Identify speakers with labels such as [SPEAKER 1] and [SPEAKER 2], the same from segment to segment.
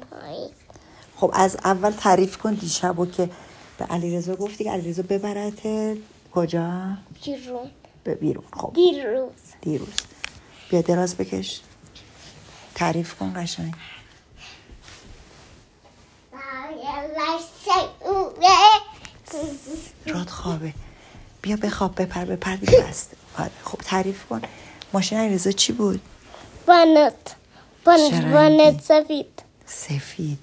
[SPEAKER 1] پایین
[SPEAKER 2] خب از اول تعریف کن دیشب و که به علیرضا گفتی که علیرضا ببرت کجا
[SPEAKER 1] بیرون
[SPEAKER 2] به بیرون خب
[SPEAKER 1] دیروز
[SPEAKER 2] دیروز بیا دراز بکش تعریف کن قشنگ راد خوابه بیا بخواب بپر بپر دیگه بسته آره خب تعریف کن ماشین علیرضا چی بود
[SPEAKER 1] بانت
[SPEAKER 2] چه
[SPEAKER 1] بانت
[SPEAKER 2] رنگی؟
[SPEAKER 1] بانت سفید
[SPEAKER 2] سفید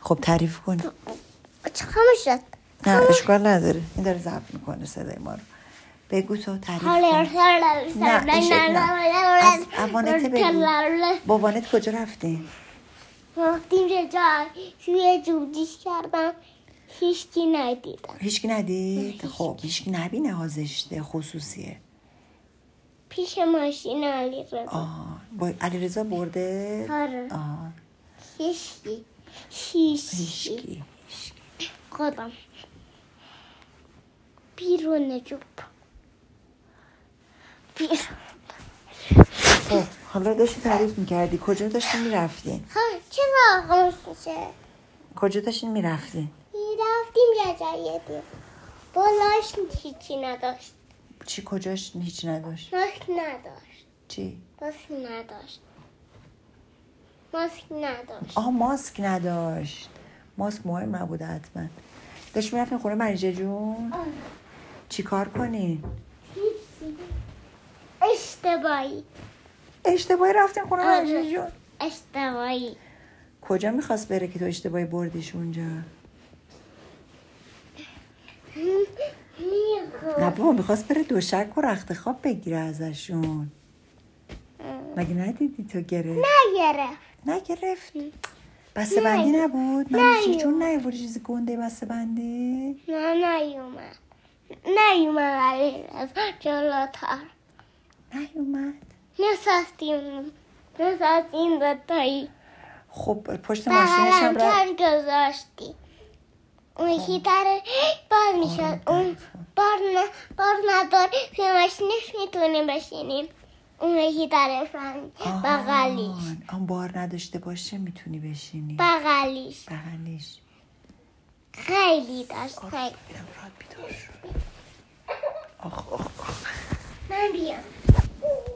[SPEAKER 2] خب تعریف کن
[SPEAKER 1] چه خاموش شد
[SPEAKER 2] نه اشکال نداره این داره ضبط میکنه صدای ما رو بگو تو تعریف
[SPEAKER 1] حالا-
[SPEAKER 2] کن
[SPEAKER 1] حالا-
[SPEAKER 2] نه این شکل نه از اوانت بگو بابانت کجا رفته
[SPEAKER 1] رفتیم یه جای توی جودیش کردم هیچکی ندیدم
[SPEAKER 2] هیچکی ندید خب هیچکی نبینه ها زشته خصوصیه
[SPEAKER 1] پیش ماشین علی رضا
[SPEAKER 2] آه با علی رضا برده
[SPEAKER 1] آره.
[SPEAKER 2] آه
[SPEAKER 1] هیچکی هیچکی
[SPEAKER 2] هیچکی
[SPEAKER 1] خودم بیرون جوب بیرون
[SPEAKER 2] خب حالا داشتی تعریف میکردی کجا داشتی میرفتی
[SPEAKER 1] ها چرا خاموش میشه
[SPEAKER 2] کجا داشتی میرفتی
[SPEAKER 1] رفتیم یه جای دیگه بالاش هیچی نداشت
[SPEAKER 2] چی کجاش هیچ نداشت
[SPEAKER 1] ماسک نداشت
[SPEAKER 2] چی
[SPEAKER 1] ماسک نداشت ماسک نداشت
[SPEAKER 2] آه ماسک نداشت ماسک مهم نبوده حتما داشت میرفتین خونه مریجه جون
[SPEAKER 1] آه.
[SPEAKER 2] چی کار کنین
[SPEAKER 1] هیچی. اشتباهی
[SPEAKER 2] اشتباهی رفتین خونه
[SPEAKER 1] آره.
[SPEAKER 2] مریجه جون
[SPEAKER 1] اشتباهی
[SPEAKER 2] کجا میخواست بره که تو اشتباهی بردیش اونجا نه
[SPEAKER 1] میگو
[SPEAKER 2] بابا میخواست بره دوشک و رخت خواب بگیره ازشون مگه ندیدی تو گرفت
[SPEAKER 1] نگرفت
[SPEAKER 2] نگرفت بسته بندی نبود من
[SPEAKER 1] نه.
[SPEAKER 2] چی جون نیوردی چیز گنده بسته بندی
[SPEAKER 1] نه نیومد نیومد علی رضا جلوتر
[SPEAKER 2] نیومد
[SPEAKER 1] نشستیم نشستیم دوتایی
[SPEAKER 2] خب پشت ماشینش هم
[SPEAKER 1] بغلم
[SPEAKER 2] رفت
[SPEAKER 1] کرد گذاشتی اون یکی در بار میشد اون بار, نه بار نداره توی ماشینش میتونیم بشینیم اون یکی در
[SPEAKER 2] آهان،
[SPEAKER 1] بغلیش
[SPEAKER 2] آن بار نداشته باشه میتونی بشینی
[SPEAKER 1] بغلیش
[SPEAKER 2] بغلیش
[SPEAKER 1] خیلی داشت خیلی
[SPEAKER 2] اینم راد بیدار شد آخ آخ آخ
[SPEAKER 1] من بیام